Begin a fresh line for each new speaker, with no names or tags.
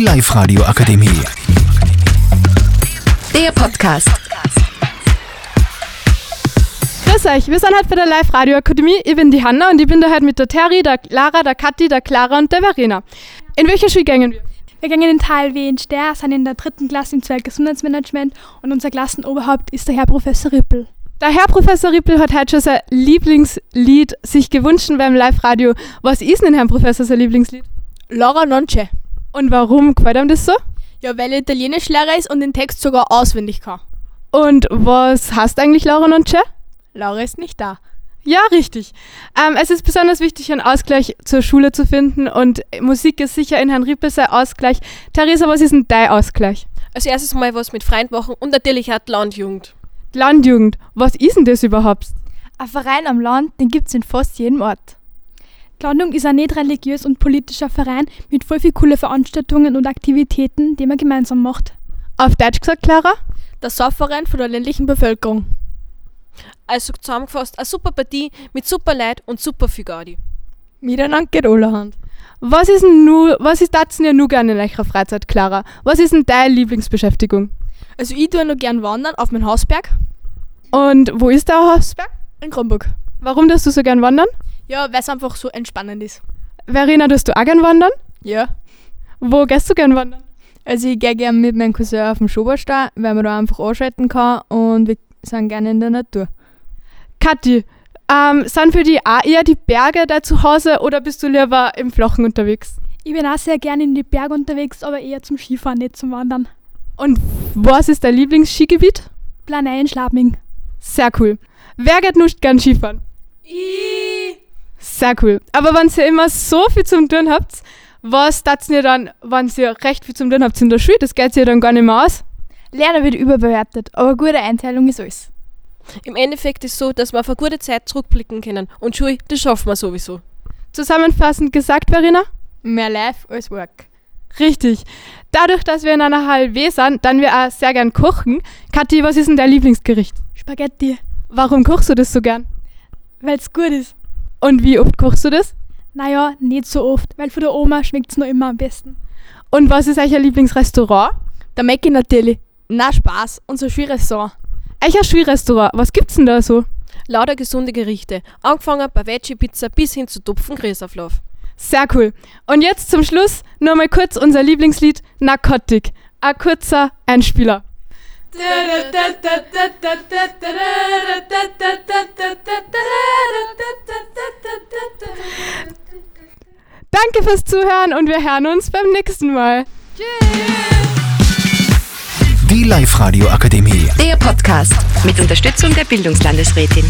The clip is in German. Live radio akademie
Der Podcast.
Grüß euch, wir sind heute bei der Live-Radio-Akademie. Ich bin die Hanna und ich bin da heute mit der Terry, der Lara, der Kathi, der Clara und der Verena. In welcher Schule gängen wir?
Wir gehen in den Teil W in Ster, sind in der dritten Klasse im Zweig Gesundheitsmanagement und unser Klassenoberhaupt ist der Herr Professor Rippel.
Der Herr Professor Rippel hat heute schon sein Lieblingslied sich gewünscht beim Live-Radio. Was ist denn Herr Professor sein Lieblingslied?
Laura Nonce.
Und warum gefällt ihm das so?
Ja, weil er Italienischlehrer ist und den Text sogar auswendig kann.
Und was heißt eigentlich Laura Nonce?
Laura ist nicht da.
Ja, richtig. Ähm, es ist besonders wichtig, einen Ausgleich zur Schule zu finden und Musik ist sicher in Herrn Rippel sein Ausgleich. Theresa, was ist denn dein Ausgleich?
Als erstes mal was mit Freund machen und natürlich auch die Landjugend.
Die Landjugend, was ist denn das überhaupt?
Ein Verein am Land, den gibt es in fast jedem Ort. Die Landung ist ein nicht religiös und politischer Verein mit voll viel coole Veranstaltungen und Aktivitäten, die man gemeinsam macht.
Auf Deutsch gesagt, Clara?
Der Saufverein von der ländlichen Bevölkerung.
Also zusammengefasst, eine super Partie mit super Leid und super viel Gaudi.
Miteinander geht allerhand.
Was ist denn nur, was ist das denn ja nur gerne in eurer Freizeit, Clara? Was ist denn deine Lieblingsbeschäftigung?
Also ich tue noch gern wandern auf meinen Hausberg
Und wo ist der Hausberg?
in Kronburg.
Warum darfst du so gern wandern?
Ja, weil es einfach so entspannend ist.
Verena, darfst du auch gern wandern?
Ja.
Wo gehst du gern wandern?
Also ich gehe gerne mit meinem Cousin auf den Schoberstein, weil man da einfach anschalten kann und wir sind gerne in der Natur.
Kathi, ähm, sind für dich auch eher die Berge da zu Hause oder bist du lieber im Flochen unterwegs?
Ich bin auch sehr gerne in die Berge unterwegs, aber eher zum Skifahren, nicht zum Wandern.
Und was ist dein Lieblingsskigebiet?
Planei in Schlabming.
Sehr cool. Wer geht nicht gern Skifahren? Sehr cool. Aber wenn ihr immer so viel zum Tun habt, was tat ihr dann, wenn ihr recht viel zum Tun habt in der Schule? Das geht ihr dann gar nicht mehr aus.
Lernen wird überbewertet, aber gute Einteilung ist alles.
Im Endeffekt ist es so, dass wir auf eine gute Zeit zurückblicken können. Und Schui, das schaffen wir sowieso.
Zusammenfassend gesagt, Verena?
Mehr Life als Work.
Richtig. Dadurch, dass wir in einer HLW sind, dann wir auch sehr gern kochen. Kathi, was ist denn dein Lieblingsgericht?
Spaghetti,
Warum kochst du das so gern?
weil's gut ist.
Und wie oft kochst du das?
Naja, nicht so oft, weil von der Oma schmeckt's nur immer am besten.
Und was ist euer Lieblingsrestaurant?
Der Mäcki natürlich. Na Spaß, unser Skiressort.
Euer Schulrestaurant, was gibt's denn da so?
Lauter gesunde Gerichte. Angefangen bei Veggie-Pizza bis hin zu Topfen Gräsauflauf.
Sehr cool. Und jetzt zum Schluss nur mal kurz unser Lieblingslied Narkotik. Ein kurzer Einspieler. Danke fürs Zuhören und wir hören uns beim nächsten Mal.
Die Live radio akademie
Der Podcast mit Unterstützung der Bildungslandesrätin.